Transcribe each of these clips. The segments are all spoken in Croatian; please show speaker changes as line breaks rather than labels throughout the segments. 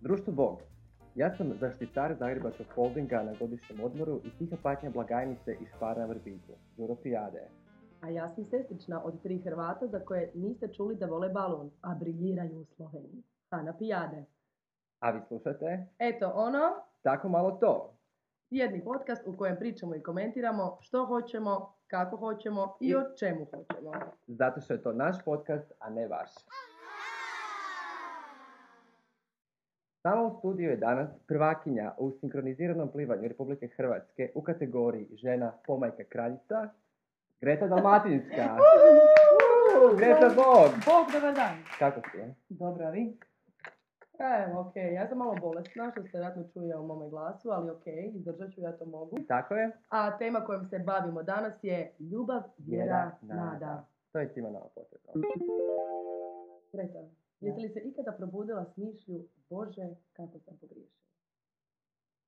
Društvo Bog. Ja sam zaštitar Zagrebačkog holdinga na godišnjem odmoru i tiha patnja blagajnice iz para Vrbiku, Europijade.
A ja sam sestrična od tri Hrvata za koje niste čuli da vole balon, a briljiraju u Sloveniji. Hana Pijade.
A vi slušate?
Eto ono,
Tako malo to.
jedni podcast u kojem pričamo i komentiramo što hoćemo, kako hoćemo i o čemu hoćemo.
Zato što je to naš podcast, a ne vaš. S nama u studiju je danas prvakinja u sinkroniziranom plivanju Republike Hrvatske u kategoriji žena pomajka kraljica, Greta Dalmatinska. Uuu, Greta Bog!
Bog, dobar dan.
Kako si je?
Dobro, a vi? Evo, ok, ja sam malo bolesna, što se vjerojatno čuje u mome glasu, ali ok, izdržat ću, ja to mogu.
Tako je?
A tema kojom se bavimo danas je ljubav, vjera, nada.
To je svima nama potrebno.
Greta, jeste li se ikada probudila s mišlju, Bože, kako sam pogriješila?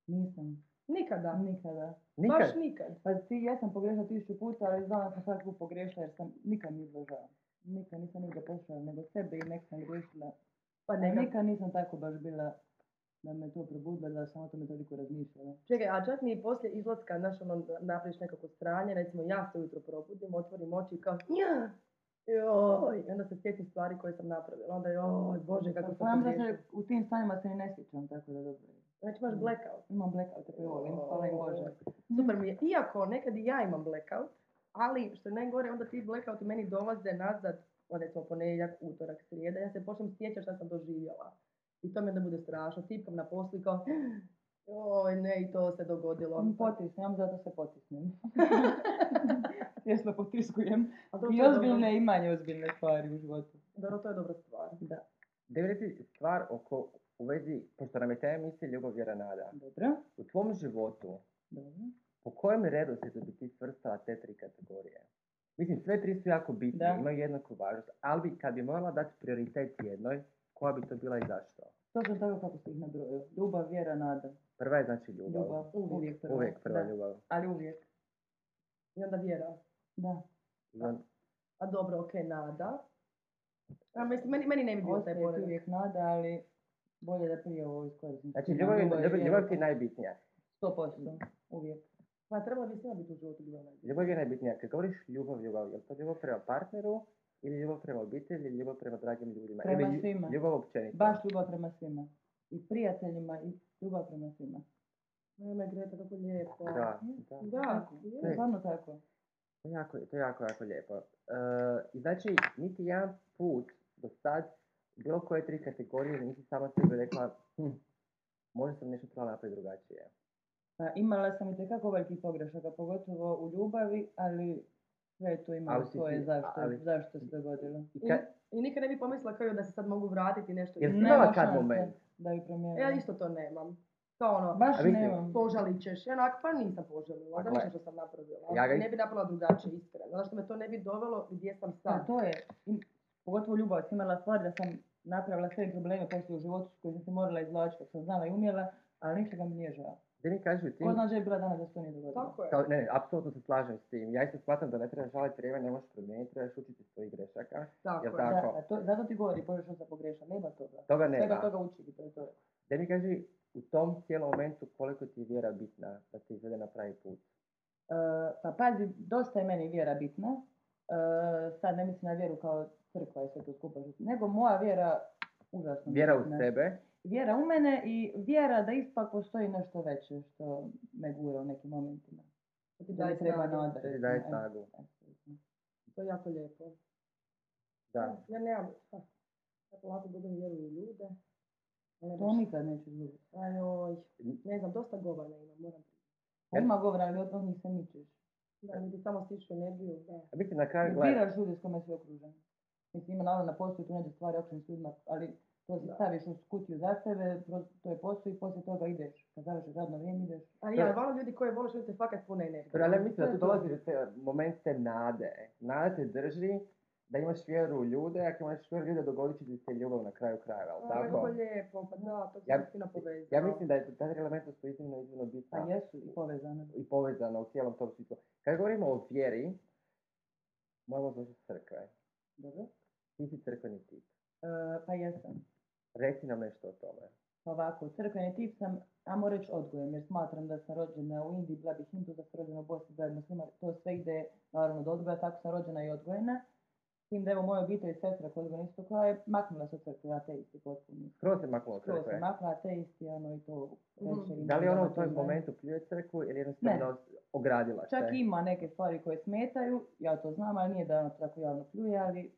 Nisam,
Nikada.
nikada.
Nikad.
Baš nikad.
Pa ti, ja sam pogrešila tisuću puta, ali znam da sam svaki put pogrešila jer sam nikad ne izlažala. Nikad nisam nigdje pošla, nego sebe i nek sam grešila.
Pa
A
nekad.
nikad nisam tako baš bila da me to probudilo, da sam o tome toliko razmišljala.
Čekaj, a čak ni poslije izlaska, znaš, ono, napraviš nekako stranje, recimo ja se ujutro probudim, otvorim oči i kao, nja, joj, i onda se sjetim stvari koje sam napravila, onda joj, bože, kako
Pa
sam
znam da se
pogriješila.
u tim stanjima se i ne sjećam, tako da dobro. je.
Znači imaš blackout.
Imam blackout, pa evo, im, hvala im Bože.
Super mi je, iako nekad i ja imam blackout, ali što je najgore, onda ti blackouti meni dolaze nazad, onda smo ponedjeljak, utorak, srijeda, ja se počnem sjećati šta sam doživjela. I to mi onda bude strašno, tipkam na poslu i kao, joj, ne, i to se dogodilo.
Mm, Potisnem, zato se potisnem. Jesno potiskujem.
A dobro,
I
to je dobro.
ozbiljne i manje ozbiljne stvari u životu.
Dobro, to je dobra stvar.
Da.
Da mi reci stvar oko, u vezi, pošto nam je tema emisije Ljubav, vjera, nada.
Dobro.
U tvom životu,
Dobro.
po kojem redu se bi ti svrstala te tri kategorije? Mislim, sve tri su jako bitne,
Da.
imaju jednaku važnost, ali bi- kad bi morala dati prioritet jednoj, koja bi to bila i zašto?
Točno tako kako ste ih nabrojili. Ljubav, vjera, nada.
Prva je znači ljubav.
Ljubav.
Uvijek.
prva.
Uvijek prva
Da.
ljubav.
Ali uvijek.
I onda vjera.
Da.
I on-
A dobro, ok, nada. A, mislim, meni, meni ne bi bio taj
Ostaje ti
poredak.
uvijek nada, ali bolje da prije ovo iskoristim.
Znači, ljubav, je- ljubav, ljubav ti je najbitnija.
100%. Uvijek.
Pa trebala bi svima biti u životu bila nada.
Ljubav je najbitnija. Kad govoriš ljubav, ljubav, je li to ljubav prema partneru, ili ljubav prema obitelji, ili ljubav prema dragim ljudima?
Prema
ili lju-
svima.
Ljubav općenito.
Baš ljubav prema svima. I prijateljima i ljubav prema svima.
Nema Greta, kako lijepo.
Da, da.
Da,
Tako.
je.
To je stvarno tako.
To je jako, to je jako, jako lijepo. E, I znači, niti jedan put do sad, bilo koje tri kategorije, nisi sama sebi rekla, hm, možda sam nešto trebala napraviti drugačije.
Pa imala sam i tekako velikih pogrešaka, pogotovo u ljubavi, ali sve je to imalo
Ali si
svoje
ti-
zašto,
ali-
zašto se dogodilo.
I
I,
ka,
I nikad ne bi pomislila kao joj, da se sad mogu vratiti nešto.
jel si
Nema
imala kad
šanse.
moment?
Da bi promijenila.
E, Ja isto to nemam. To ono,
Baš
A vidi,
nemam.
požalit ćeš. Ja onak, pa nisam požalila.
A
Za
gle.
ništa što sam napravila.
Ja ga-
Ne bi napravila drugačije, iskreno. Zato što me to ne bi dovelo gdje sam
Da,
sad.
to je, im- pogotovo ljubav, sam imala stvar da sam napravila sve probleme poslije u životu s kojim sam se morala izvlačiti, kako sam znala i umjela, ali ništa ga mi nije žao.
Da mi kažeš u tim,
Ko zna gdje je bila danas da se to nije dogodilo.
Tako je.
kao, ne, ne, apsolutno se slažem s tim. Ja isto smatram da ne trebaš žaliti vrijeme, ne možeš promijeniti, trebaš učiti iz svojih grešaka.
Tako
jel
je.
tako?
Da, a to, zato ti govori, Bože što sam pogrešila, nema toga.
Toga nema.
Svega toga učiti, to E, je to.
Da mi kaži u tom cijelom momentu koliko ti je vjera bitna da te izvede na pravi put.
E, pa pazi, dosta je meni vjera bitna. E, sad ne mislim na vjeru kao crkva i sve to skupa, nego moja vjera užasno
Vjera u
bitna.
sebe,
Vjera u mene i vjera da ipak postoji nešto veće što me gura u nekim momentima.
To ti
Da
daje
mi treba
snagu.
nada.
da ti daje
E,
snagu.
apsolutno.
To je jako lijepo.
Da.
Ja nemam, ha, ja polako budem vjeruju u ljude. ali
To
baš-
nikad neću izgubiti.
Ajoj, ne znam, dosta govana imam, moram priznati.
Ja-
Ima govora, ali od njih se mičeš.
Da, ljudi samo stiču energiju, da.
A mislim na kraju,
Ne
Pa, gledaj,
biraš ljude s kojima si okružen. Mislim, ima naravno na poslu i tu neke stvari općim s ljudima, ali to si
Da.
staviš u kutiju za sebe, pro- to je posao i poslije toga ideš. Kad završiš radno vrijeme ideš.
Ali ja, volim ljudi koji voliš, ljudi se fakat pune energije.
Dobro, ali ja
To
mislim
je
da tu
to.
dolazi do te- eh, moment te nade. Nada te drži da imaš vjeru u ljude, ako imaš vjeru u ljude, dogodit će ti se ljubav na kraju krajeva, jel
A, kako
tako?
lijepo, pa da, to ti
Ja-
ja, fino povezano.
Ja mislim da je ta tri elementa su iznimno, iznimno
Pa
bitna
jesu i povezane.
i povezana u cijelom tom svijetu. Kad govorimo o vjeri, moramo doći s crkve.
Dobro.
Ti si crkveni tip.
E, pa jesam.
Reci nam nešto o tome.
Pa ovako, crkveni tip sam, ajmo reći odgojem, jer smatram da sam rođena u Indiji, bila bi Hindu, da sam rođena u Bosni, bila bi musliman, to sve ide naravno do odgoja, tako sam rođena i odgojena. S tim da evo moja obitelj i sestra koja je odgojena isto koja je maknula se od crkve, ateisti potpuni.
Skroz se maklo od
Skroz
crkve.
se makla, ateisti, ono i to
Mhm.
večeri,
Da li je ona u
noći,
tom
ne.
momentu pljuje crkvu ili jednostavno ogradila se?
Čak ima neke stvari koje smetaju, ja to znam, ali nije da ona to tako javno pljuje, ali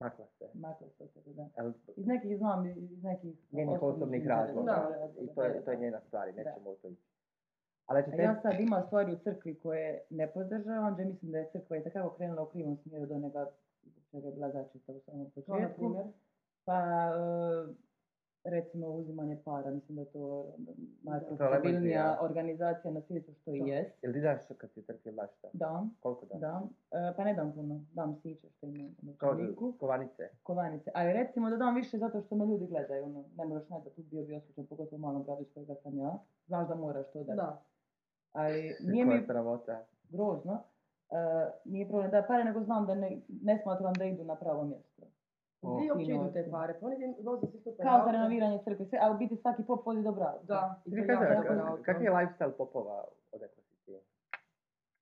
Makla se.
makla se od crkve, da.
Jel
Iz nekih znam, iz nekih
njenih osobnih razloga.
interesa.
I to je, to je njena stvar i nećemo u to ići. Ali će
A
te...
ja sad ima stvari u crkvi koje ne podržavam, gdje mislim da je crkva itekako krenula u krivom smjeru do onoga zbog čega je bila začeta u samom
Kao na
početku.
primjer,
Pa, e, recimo, uzimanje para, mislim da je to najprofitabilnija
Televizija.
organizacija na svijetu što i
Da.
jest.
Jel ti daš kad si crkvi vlašta?
Dam,
Koliko daš?
dam. E, pa ne dam puno, dam siće što imam u
Kao
novčaniku,
kovanice.
kovanice. Ali recimo da dam više zato što me ljudi gledaju, ono, ne moraš ne da tu bio bi osjećan, pogotovo u malom gradu iz kojega sam ja. Znaš da moraš to dati.
da.
Ali nije
Nije
mi
mi... pravota.
grozno. E, nije problem da pare, nego znam da ne, ne smatram da idu na pravo mjesto.
O,
Gdje uopće
fino.
idu te pare? Pa oni ti voze svi super
Kao za
auto.
renoviranje crkve, sve, ali u biti svaki pop vodi do brava.
Da, i
Ti
to jako
kažeš,
dobar
kak-
auto.
kakav E, je lifestyle popova odakle si ti?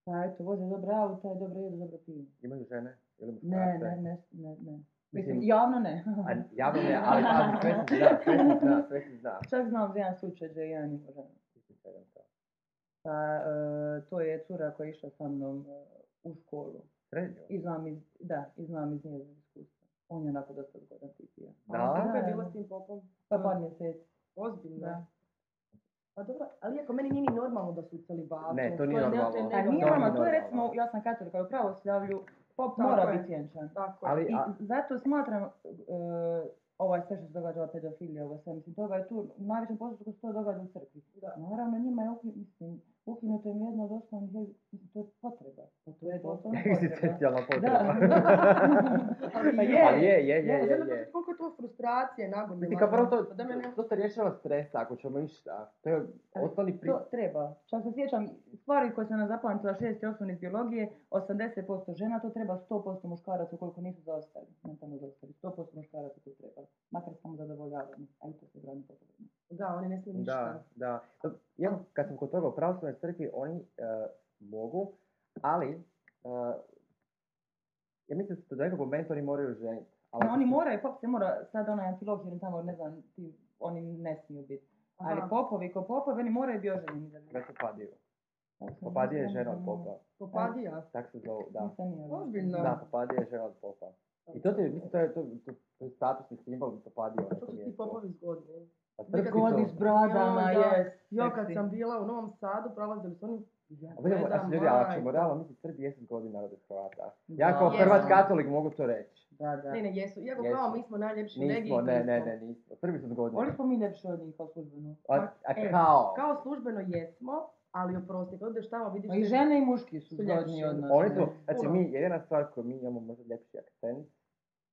Pa eto, voze dobra auta, dobro jedu, dobro piju.
Imaju žene ili muškarce?
Ne, ne, ne, ne, ne. Mislim,
Mislim-
javno ne.
A javno ne, ali pazi, sve se zna, sve se zna, sve se zna.
Čak znam za jedan slučaj gdje je jedan ima ženu.
Ispričavam to.
Pa e, to je cura koja je išla sa mnom e, u školu.
Srednju?
I znam iz, da, i znam iz njeznog iskustva. On je onako dosta zgodan tip bio.
A
Da?
Kako Ono je
Da.
bilo s tim popom?
Pa par mjeseci,
Ozbiljno.
da.
Pa dobro, ali iako meni nije ni normalno da su u celibatu.
Ne, to nije
je
normalno.
nešto
Pa
je
nije
To
nama, to je
normalno.
recimo, ja sam katolika, ali u pravoslavlju pop
Tako
mora
je.
biti vjenčan.
Tako je.
Ali,
I
a,
zato smatram, e, ovo je sve što se događa, ova pedofilija, ovo sve, mislim, toga je ovaj tu, u najvećem postupku se to događa u crkvi.
Da.
Naravno, njima je ukinuto, mislim, ukinuto im jedno od osnovnih, ljud- mislim, to je potreba. Pa to je doslovno potreba.
egzistencijalna potreba.
Ali
Pa
je.
Ali je, je, je,
Je,
je,
zato
je.
Koliko je to frustracije nagomilano.
Mislim, kao prvo to,
Pa da me ne-
to se rješava stresa, ako ćemo išta. To je
Ali
osnovni pri...
To treba. Čak se sjećam, stvari koje sam nam zapamtila šesti osnovni iz biologije, 80% žena, to treba 100% muškaraca ukoliko nisu zaostali. Mentalno zaostali, 100% muškaraca to treba. Makar samo zadovoljavanje. A i to se brani potrebno.
Da, oni ne smiju ništa.
Da, da. Ja, kad sam kod toga u pravoslavnoj crkvi, oni e, mogu, ali e, ja mislim da se do nekog momenta oni moraju ženiti. Ali
No,
ako
oni
se-
moraju, pop se mora, sad onaj antilohir tamo, ne znam, ti, oni ne smiju biti. Ali
Aha.
popovi, ko popovi, oni moraju biti oženjeni. da bi-
Da se padiju.
Tako sam
Popadija Dakle, je
mislila,
žena od
da
popa.
Popadija.
Tak se zovu, da.
Nisam ni ja.
Ozbiljno?
Da, popadija je žena od popa. I to ti, mislim, to je, to, to, to je statusni simbol popadija.
Pa To su ti popovi zgodni.
Trpi
Godi s bradama,
Joj, da.
jes.
Ja kad
seksi.
sam bila u Novom Sadu, prolazili su oni... Ja
A budemo, a
gledam,
ljudi, ali
majko.
ćemo realno mislim, Srbi jesu zgodni narod od Hrvata.
Da.
Ja kao
Jesu.
Hrvat katolik mogu to reći.
Da, da.
Ne, ne, jesu. Iako
Jesu.
kao mi smo najljepši u regiji.
Nismo, ne,
nismo.
ne, ne, nismo. Srbi su zgodni.
Oni smo mi ljepši od njih kao službeno.
A, a
e,
kao?
Kao službeno jesmo, ali oprosti, kad odeš tamo vidiš...
Pa I
te-
žene i muški su
Su ljepši.
zgodni od nas.
Oni
ne?
su, znači
Puno.
mi, jedina stvar koju mi imamo možda ljepši akcent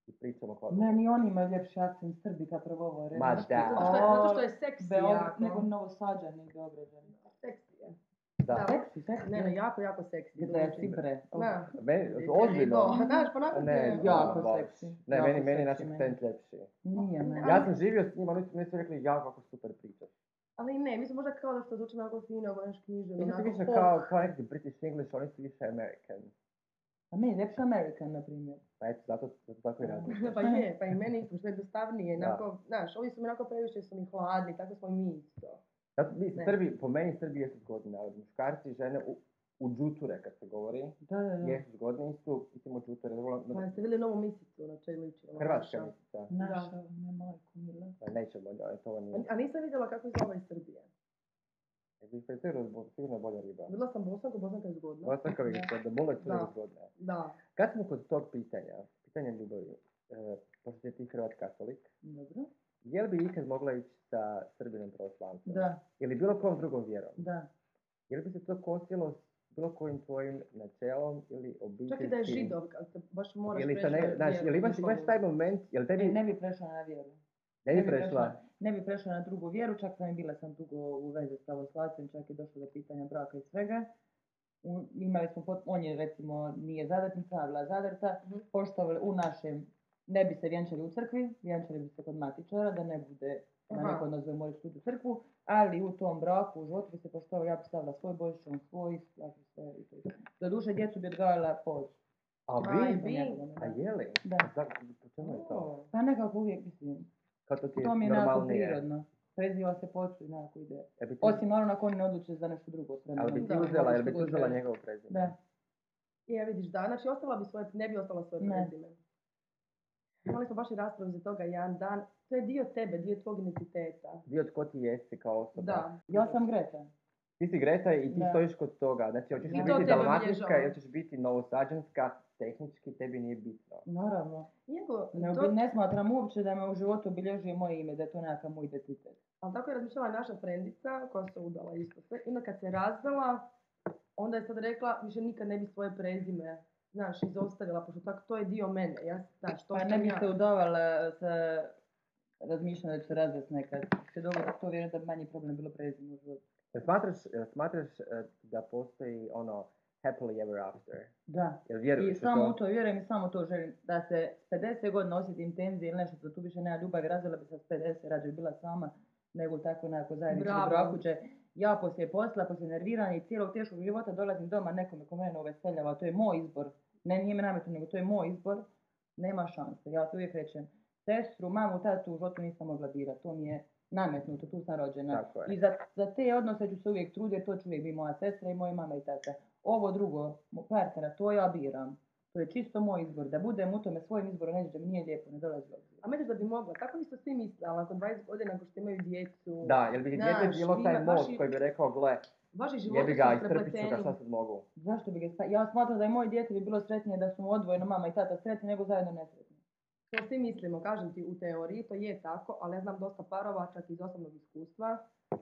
i pričamo kao...
Meni oni imaju ljepši akcent Srbi kad progovore.
Ma
znaš,
da.
Zato što je, zato što je seksi
Beograd,
jako.
nego novosađani Beograđani.
Seksi je.
Da.
Da.
Seksi, seksi.
Ne, ne, jako, jako seksi.
Zeci, bre.
Da.
Meni,
Ribo.
ozbiljno.
Znaš, pa nakon
Ne,
te-
Jako
baš.
seksi.
Ne,
Jako
meni, meni je naš
seksi meni.
akcent ljepši.
Nije me.
Ali-
Ja sam živio s njima, oni su mi sve rekli, ja kako super pričaš.
Ali ne, mi smo možda kao da što zvučimo jako fino, ovo naš književno,
Mi su
onako
više
folk.
kao, kao neki British English, oni su više American.
A meni je ljepši American, na primjer.
Pa eto, zato, zato tako i radim.
pa je, pa i meni isto, što je jednostavnije,
Da.
onako, znaš, ovi su mi onako previše su mi hladni, tako smo i mi isto.
Zato, mi,
Ne.
Srbi, po meni Srbi jesu zgodni narod. Muškarci i žene u, u džuture, kad se govori,
Da, da, da.
jesu zgodni su, idemo u džuture. Vrlo,
Pa jeste vidjeli novu misicu na ono, čoj liči? ona
Hrvatska
naša?
mislica.
Naša, ne majko, mila.
Pa Nećemo, njoj, to ovo nije.
A nisam vidjela kako izgleda ova iz Srbije.
Bi se sigurno- sigurno je bolja riba.
Bila sam Bosanka, Bosanka je zgodna.
Ovo sam kao
Da.
da bolo je cure
Da.
zgodne.
Da.
Kad smo kod tog pitanja, pitanja ljubavi, e, pošto si ti Hrvat katolik,
Dobro.
je li bi ikad mogla ići sa Srbinom pravoslavcem?
Da,
Ili bilo kojom drugom vjerom?
da.
Je li bi se to kosilo s bilo kojim tvojim načelom ili
Čak i
obiteljskim?
da je židov, ali te baš moraš
Ili sa
preći
ne,
na
znaš,
vjeru,
ili imaš,
njihovu.
imaš taj moment, jel
E,
tebi
ne bi prešla na vjeru.
ne bi prešla?
prešla- Ne bi prešla na drugu vjeru, čak sam i bila sam dugo u vezi s pravoslavcem, čak je došlo do pitanja braka i svega. U- imali smo, pot- on je recimo, nije zadarnica, ona je bila zadarca,
Mhm.
poštovali u našem, ne bi se vjenčali u crkvi, vjenčali bi se kod matičara, da ne bude da
Aha.
neko od nas dvoje mora ići u tuđu crkvu, ali u tom braku, u žotvi se poštova, ja bi stavila svoj božić, on svoj, ja bi sve i to. je to. Doduše, djecu bi odgajala po ocu.
A
Aj,
vi?
bi.
A je li?
Da.
Zak- po čemu je to?
O,
Pa nekako uvijek mislim.
Kako ti je
To mi je nekako
normalnije?
prirodno. Preziva se po ocu i nekako ide.
E, bi ti-
Osim naravno ako oni ne odluče za nešto drugo. ono s vremenom.
Ali bi ti
Da,
uzela, jel bi ti
Što god
uzela
žele.
njegovo prezime?
Da.
Je, vidiš, da, znači ostala bi svoje, ne bi ostala svoje
Ne.
prezime. Imali smo baš i raspravu za toga jedan dan. To je dio tebe, dio tvog identiteta.
Dio tko ti jesi kao osoba.
Da.
Ja sam Greta.
Ti si Greta i ti
Da.
stojiš kod toga. Znači, hoćeš li
I to
biti
tebe
dalmatinska
obilježava.
ili ćeš biti novosađanska, tehnički tebi nije bitno.
Naravno.
Iako,
Ne,
to,
obi- ne smatram uopće da me u životu obilježuje moje ime, da je to nekakav moj identitet.
ali tako je razmišljala i naša frendica koja se udala isto sve. I onda kad se razvela, onda je sad rekla, više nikad ne bi svoje prezime, znaš, izostavila, pošto tako to je dio mene. Ja, znaš, to
Pa
sam
ne bi
ja.
se udavala sa razmišljam da ću se razvesti nekad. Se dobro, to vjerujem da bi manji problem bilo prezime u životu.
Jel smatraš, jel smatraš eh, da postoji ono happily ever after?
Da.
Jel
I
vjeruješ u
samo u
to?
to vjerujem i samo to želim. Da se s 50 godina osjetim tenzije ili nešto, da tu više nema ljubav, razvela bi se s 50, rađe bi bila sama, nego tako nekako zajednički
Bravo.
u braku će. Ja poslije posla, poslije nerviranja i cijelog teškog života dolazim doma nekome ko mene uveseljava, to je moj izbor. Ne, nije me nametno, nego to je moj izbor. Nema šanse. Ja to uvijek rečem. Sestru, mamu, tatu u životu nisam mogla birati. To mi je nametnuto, tu sam rođena.
Tako je.
I za, za te odnose ću se uvijek truditi, jer to će uvijek biti moja sestra i moja mama i tata. Ovo drugo, mo- partnera, to ja biram. To je čisto moj izbor. Da budem u tome svojim izborom, neću da mi nije lijepo, ne dolazi obzir.
A meniš da bi mogla, tako isto svi misle, ali nakon 20 godina, ako što imaju djecu,
Da, jel bi ti
Znaš,
dijete bilo taj
ima-
most
vaši-
koji bi rekao, gle,
vaši životi
jebi ga,
su
istrpit ću ga,
isprepleteni.
šta sad mogu?
Zašto bi ga... sta- Ja smatram da je moje dijete bi bilo sretnije da su mu odvojeno mama i tata sretni, nego zajedno nesretni.
To svi mislimo, kažem ti, u teoriji to je tako, ali ja znam dosta parova, čak i iz osobnog iskustva,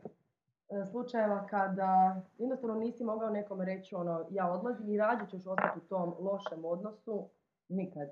e, slučajeva kada jednostavno nisi mogao nekom reći ono, ja odlazim i rađe ćeš ostati u tom lošem odnosu.
Nikad.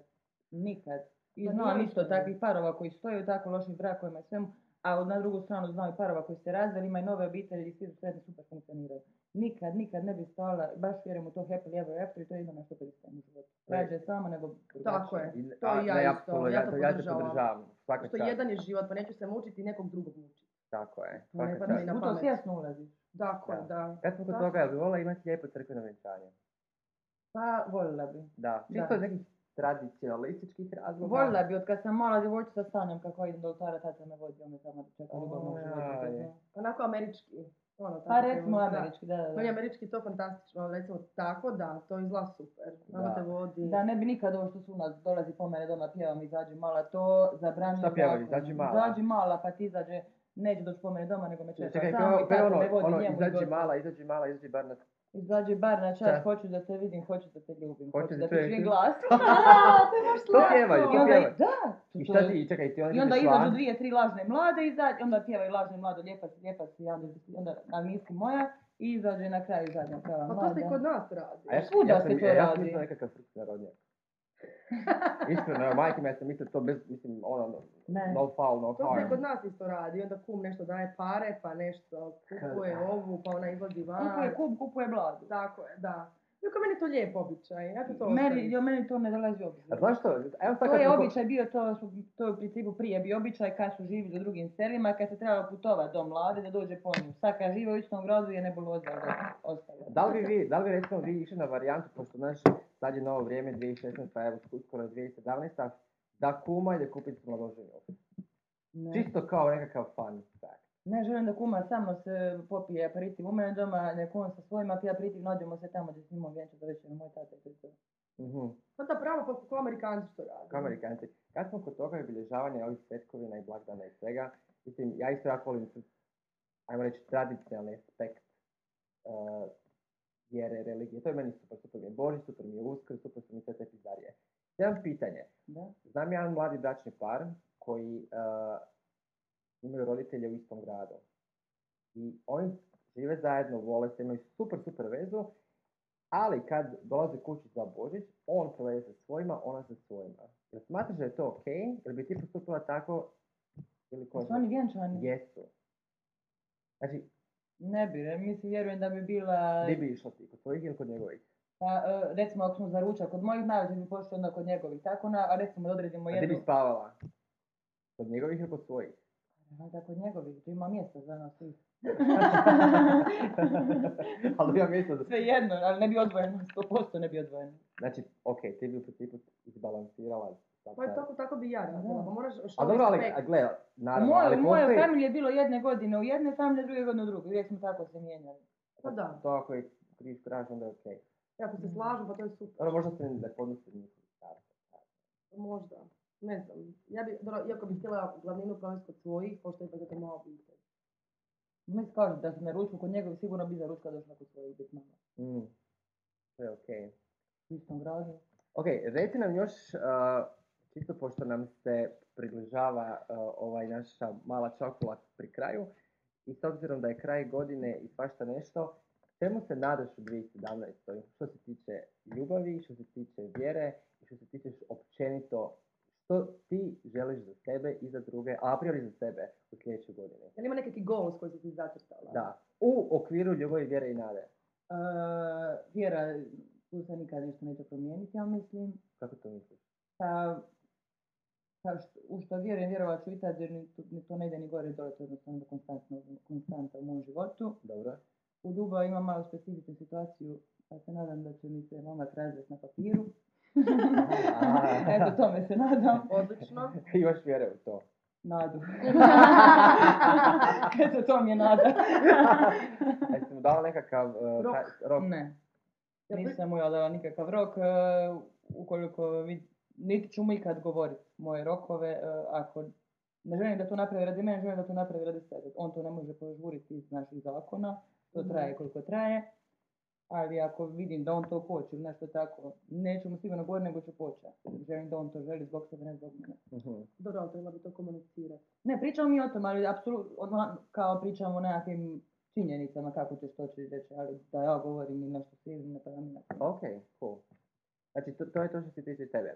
Nikad. I
Da
znam
Pa nije
isto
istina.
takvih parova koji stoje u tako lošim brakovima i svemu, a od- na drugu stranu znam i parova koji se razveli, imaju nove obitelji i svi su sretni, super funkcioniraju. Nikad, nikad ne bi stala, baš vjerujem u to happily ever after i to je jedno na što pristajem u životu.
Da je-
Rađe samo nego
Tako
drugačije.
je.
I-
To
a,
i ja
ne,
isto,
apsolutno,
ja to
ja te
podržavam.
podržavam, svaka
Što
čast.
jedan je život, pa neću se mučiti i nekog drugog mučiti.
Tako je,
Pa ne
svaka
padne
mi
čast.
na
u to
pamet.
svjesno ulaziš.
Dakle,
Da.
da.
Kad smo kod
Tako
toga, jel
je.
bi volila imati lijepo crkveno vjenčanje?
Pa voljela bi.
Da,
Da.
čisto iz nekih tradicionalističkih razloga.
Voljela bi, od kad sam mala djevojčica sanjam kako idem do oltara, tata me vodi, on me tamo čeka ljubavno u životu. to
Aj.
znam.
Onako američki. Ono,
Pa
tako
recimo
da. Pa
američki, da, da, da.
Meni je američki to fantastično, recimo tako da, to izgleda super.
Da.
Ono te vodi.
Da ne bi nikad ovo što su u nas dolazi po mene doma pjevam izađi mala to zabranjuje
Šta pjevaju,
zakonom.
izađi mala?
Izađi mala pa ti izađe neće doći po mene doma nego me čeka
Čekaj,
samo i
kao, kao
tata
ono,
me vodi
ono,
njemu i
izađi
gotovo.
mala, izađi mala, izađi bar na...
Izađi bar na
Šta?
čas, hoću da te vidim, hoću da te ljubim,
Hoću
hoću,
da
da
čujem
ti čujem
ti-
glas.
to je baš
To pjevaju,
I
to
onda,
pjevaju.
i- da,
I
to
šta
je-
ti, čekaj, ti onda
i onda
ideš
izađu
van,
dvije, tri lažne mlade, izađe, onda pjevaju lažne mlado, lijepa si, lijepa si, ja onda, onda a nisi moja, i izađe na kraju zadnja prava
Pa to se i
mlada.
kod nas radi.
A ja,
Svuda
ja
se
sam,
to
ja, ja sam
radi.
mislio nekakav srpski narodnjak. Iskreno, evo, majke mi, ja sam mislio to bez, mislim, ono,
Ne.
no foul, no
To se
harm.
kod nas isto radi, onda kum nešto daje pare, pa nešto kupuje ovu, pa ona izlazi van.
Kupuje kup, kupuje bladu.
Tako je, da. Iako meni je to lijep običaj, ja ću to
Meni,
ostaviti.
jo, meni to ne dolazi u obzir.
A znaš što, evo sad
To
kad
je
smo-
običaj bio, to, su- to je u principu prije bio običaj kad su živjeli u drugim selima, kad se trebalo putovati do mlade da dođe po nju. Sad kad žive u istom gradu je nebuloza da ostavlja.
Da li bi vi, da li bi recimo vi išli na varijantu, pošto znaš, sad je novo vrijeme, 2016, pa evo, uskoro je 2017, da kuma ide kupiti mladoženju.
Ne.
Čisto kao nekakav fun fact.
ne želim da kuma samo se popije aperitiv u mene doma, nek on sa svojima pije aperitiv, no odemo se tamo gdje snimamo vjenču za večer, moj tata i to je to.
Mhm.
Pa da pravo, pa kako amerikanci to rade.
Kao Amerikanci. Kad smo kod toga i obilježavanja ovih svetkovina i blagdana i svega, mislim, ja isto jako volim, ajmo reći, tradicionalni aspekt uh, vjere, religije. To je meni super, super mi je Božić, super mi je Uskrs, super su mi sve te pizdarije. Ja Imam pitanje.
Da?
Znam jedan mladi bračni par koji uh, imaju roditelje u istom gradu. I oni žive zajedno, vole se, imaju super, super vezu, ali kad dolaze kući za Božić, on provede sa svojima, ona sa svojima. Jel smatraš da je to okej? Jel bi ti postupila tako? Ili koja
Su oni vjenčani?
Jesu. Znači,
Ne bi, re- mislim, vjerujem da bi bila...
gdje bi išla ti? Kod svojih ili kod njegovih?
Pa, e, recimo, ako smo za ručak kod mojih najveće bi pošli onda kod njegovih, tako na, a recimo da odredimo
A gdje
jednu...
bi spavala? Kod njegovih ili kod svojih?
Valjda kod njegovih, tu ima mjesta za nas svih.
ali ja mislim da...
Sve jedno, ali ne bi odvojeno, 100% ne bi odvojeno.
Znači, ok, ti bi u principu izbalansirala. sad
Pa
taj-
tako, tako bi ja radila,
Da.
pa moraš što
A dobro, ali
respekt.
a gle,
U
naravno,
mojoj,
ali
u mojoj
postoji...
familiji je bilo jedne godine u jedne familije, druge godine u druge. Uvijek smo tako se mijenjali.
Pa da,
To ako je križ kraž, onda je okej.
I ako se slažu, pa to je super.
Ono možda se ne podnosi njihovi stari.
Možda, ne znam. Ja bi, dobro, iako bih htjela glavninu provesti kod svojih, pošto je ipak to moja obitelj.
Mi kažu da sam na ručku kod njega sigurno bi za ručka došla kod svojih bit mama.
Mm. To je okej.
U istom gradu. E,
Ok, reci nam još, uh, čisto pošto nam se približava uh, ovaj naša mala čokula pri kraju, i s obzirom da je kraj godine i svašta nešto, čemu se nadaš u 2017. Što se tiče ljubavi, što se tiče vjere, i što se tiče općenito, što ti želiš za sebe i za druge, a priori za sebe u sljedećoj godini.
Jel ima nekakvi goals koji si ti zacrtala?
Da, u okviru ljubavi, vjere i nade.
E, vjera, tu se nikad ništa neće promijeniti, ja mislim.
Kako to misliš?
Pa, pa što- u što vjerujem, vjerovat ću i tad, jer ni, tu- ni to ne ide ni gore ni dole, to je jednostavno konstantno, konstanta u mom životu.
Dobro?
U ljubavi imam malo specifičnu situaciju, pa se nadam da će mi se mama razvesti na papiru. Eto, tome se nadam.
Odlično.
Još vjere u to.
Nadu. Eto, to mi je nada.
Jesi mu dala nekakav uh,
Rok.
taj- rok?
Ne,
Jel bi-
nisam mu ja dala nikakav rok. e, Ukoliko vi, niti ću mu ikad govoriti moje rokove, e, ako ne želim da to napravi radi mene, želim da to napravi radi sebe. On to ne može požuriti iz naših zakona, to
Mhm.
traje koliko traje. Ali ako vidim da on to hoće ili nešto tako, neću mu sigurno govoriti, nego ću poći. Želim da on to želi zbog sebe, ne zbog mene.
Mhm.
Dobro, ali trebala bi to komunicirati.
Ne, pričamo mi o tom, ali apsolutno, kao pričamo o nekakvim činjenicama, kako ćeš to ćeš reći, ali da ja govorim i nešto slijedno, ne pada mi na pamet.
Ok, cool. Znači, to, to je to što se tiče tebe.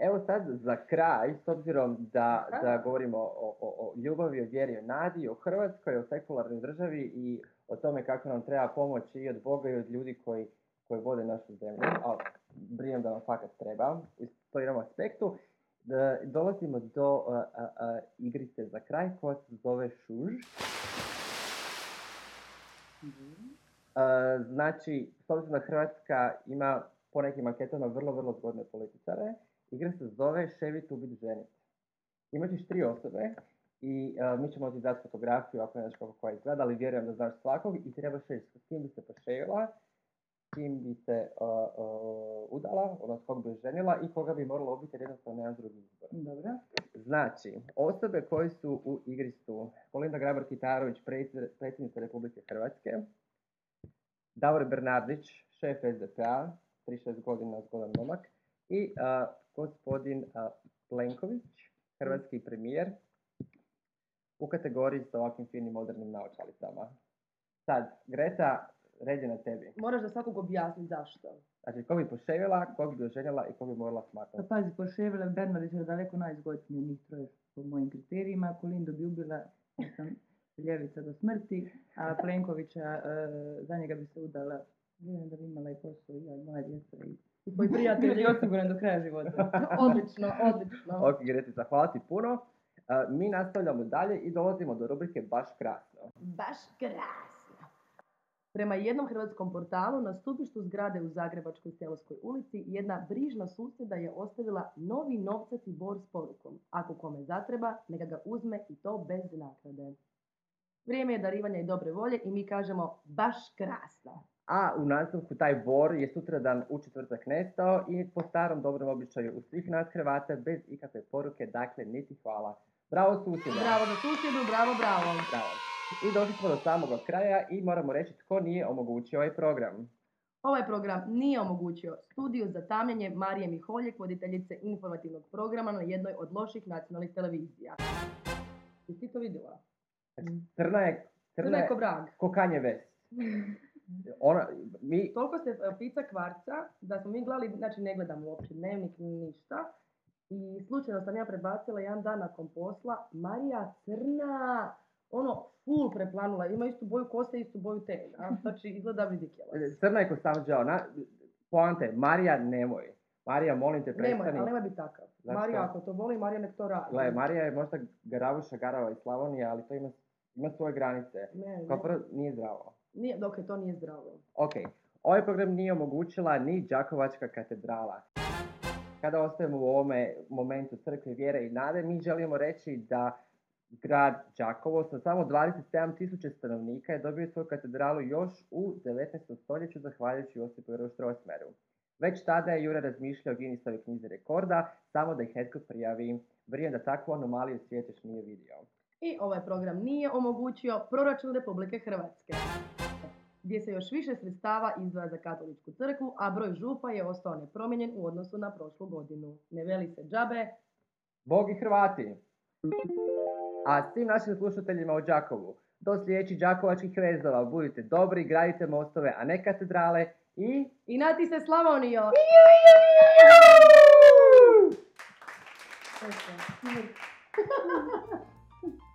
Evo sad za kraj, s obzirom da,
Aha.
da govorimo o, o, o ljubavi, o vjeri, o nadi, o Hrvatskoj, o sekularnoj državi i o tome kako nam treba pomoći i od Boga i od ljudi koji, koji vode našu zemlju, a brinem da nam fakat treba, iz to jednom aspektu, da, dolazimo do a, a, a, igrice za kraj koja se zove Šuž.
Mm-hmm.
E, znači, s obzirom da Hrvatska ima po nekim anketama vrlo, vrlo zgodne političare, igra se zove Ševi tu bit ženi. Imat ćeš tri osobe i e, mi ćemo ti dati fotografiju ako ne znaš kako koja izgleda, ali vjerujem da znaš svakog i trebaš reći s kim bi se poševila, s kim bi se e, e, udala, odnosno kog bi ženila i koga bi morala ubiti jer jednostavno nema drugi izbor.
Dobro.
Znači, osobe koje su u igri su Kolinda Grabar-Kitarović, predsjed- predsjednica Republike Hrvatske, Davor Bernardić, šef SDP-a, 36 godina, zgodan momak, i a, gospodin a, Plenković, hrvatski premijer, u kategoriji sa ovakvim finim modernim naočalicama. Sad, Greta, red je na tebi.
Moraš da svakog objasni zašto.
Znači, ko bi poševila, kog bi oženjela i kog bi morala
Pa
smaknuti.
pazi, Poševila i Bernardić je daleko najzgodniji od njih troje po mojim kriterijima. Kolindu bi ubila, ja sam ljevica do smrti, a Plenkovića, e, za njega bi se udala. Vjerujem da bi imala i posao i ja i moja djeca i
I tvoji
Bio
prijatelji.
bi osiguran do kraja života.
odlično, odlično.
Ok, Gretica, hvala ti puno. E, Mi nastavljamo dalje i dolazimo do rubrike Baš krasno.
Baš krasno. Prema jednom hrvatskom portalu na stupištu zgrade u Zagrebačkoj selskoj ulici jedna brižna susjeda je ostavila novi novcati bor s porukom. Ako kome zatreba, neka ga uzme i to bez naknade. Vrijeme je darivanja i dobre volje i mi kažemo baš krasna.
A u nastavku taj bor je sutradan u četvrtak nestao i po starom dobrom običaju u svih nas Hrvata bez ikakve poruke, dakle niti hvala. Bravo susjeda!
Bravo za susjedu, bravo, bravo.
Bravo. I došli smo do samog kraja i moramo reći tko nije omogućio ovaj program.
Ovaj program nije omogućio studiju za tamljanje Marije Miholjek, voditeljice informativnog programa na jednoj od loših nacionalnih televizija. Jesi ti to vidjela?
Crna je, crna
Crna
je
je ko vrag.
ko Kanye West. Ona, mi,
Toliko se e, pica kvarca da smo mi gledali, znači ne gledam uopće dnevnik ni ništa. I slučajno sam ja prebacila jedan dan nakon posla, Marija Crna, ono, full preplanula, ima istu boju kose, istu boju tena. Znači, izgleda vidikjela.
Crna je ko sam Poanta je, Marija, nemoj. Marija, molim te,
Nemoj,
prestani.
ali nemoj biti takav.
Znaš
Marija
šta?
ako to voli, Marija nek to radi.
Gle, Marija je možda garavuša garava iz Slavonije, ali to ima, ima svoje granice.
Ne, ne.
Kao prvo, nije zdravo.
Nije, dok to nije zdravo.
Ok, ovaj program nije omogućila ni Đakovačka katedrala. Kada ostajemo u ovome momentu crkve vjere i nade, mi želimo reći da grad Đakovo sa samo 27.000 stanovnika je dobio svoju katedralu još u 19. stoljeću zahvaljujući Josipu Rosmeru. Već tada je Jura razmišljao o Guinnessovoj knjizi rekorda, samo da ih netko prijavi. Vrijem da takvu anomaliju svijet još nije vidio.
I ovaj program nije omogućio proračun Republike Hrvatske, gdje se još više sredstava izdvaja za katoličku crkvu, a broj župa je ostao nepromijenjen u odnosu na prošlu godinu. Ne veli se džabe,
Bog i Hrvati! A svim našim slušateljima u Đakovu, do sljedećih Đakovačkih vezova, budite dobri, gradite mostove, a ne katedrale i...
I nati se Slavonijo! Eto.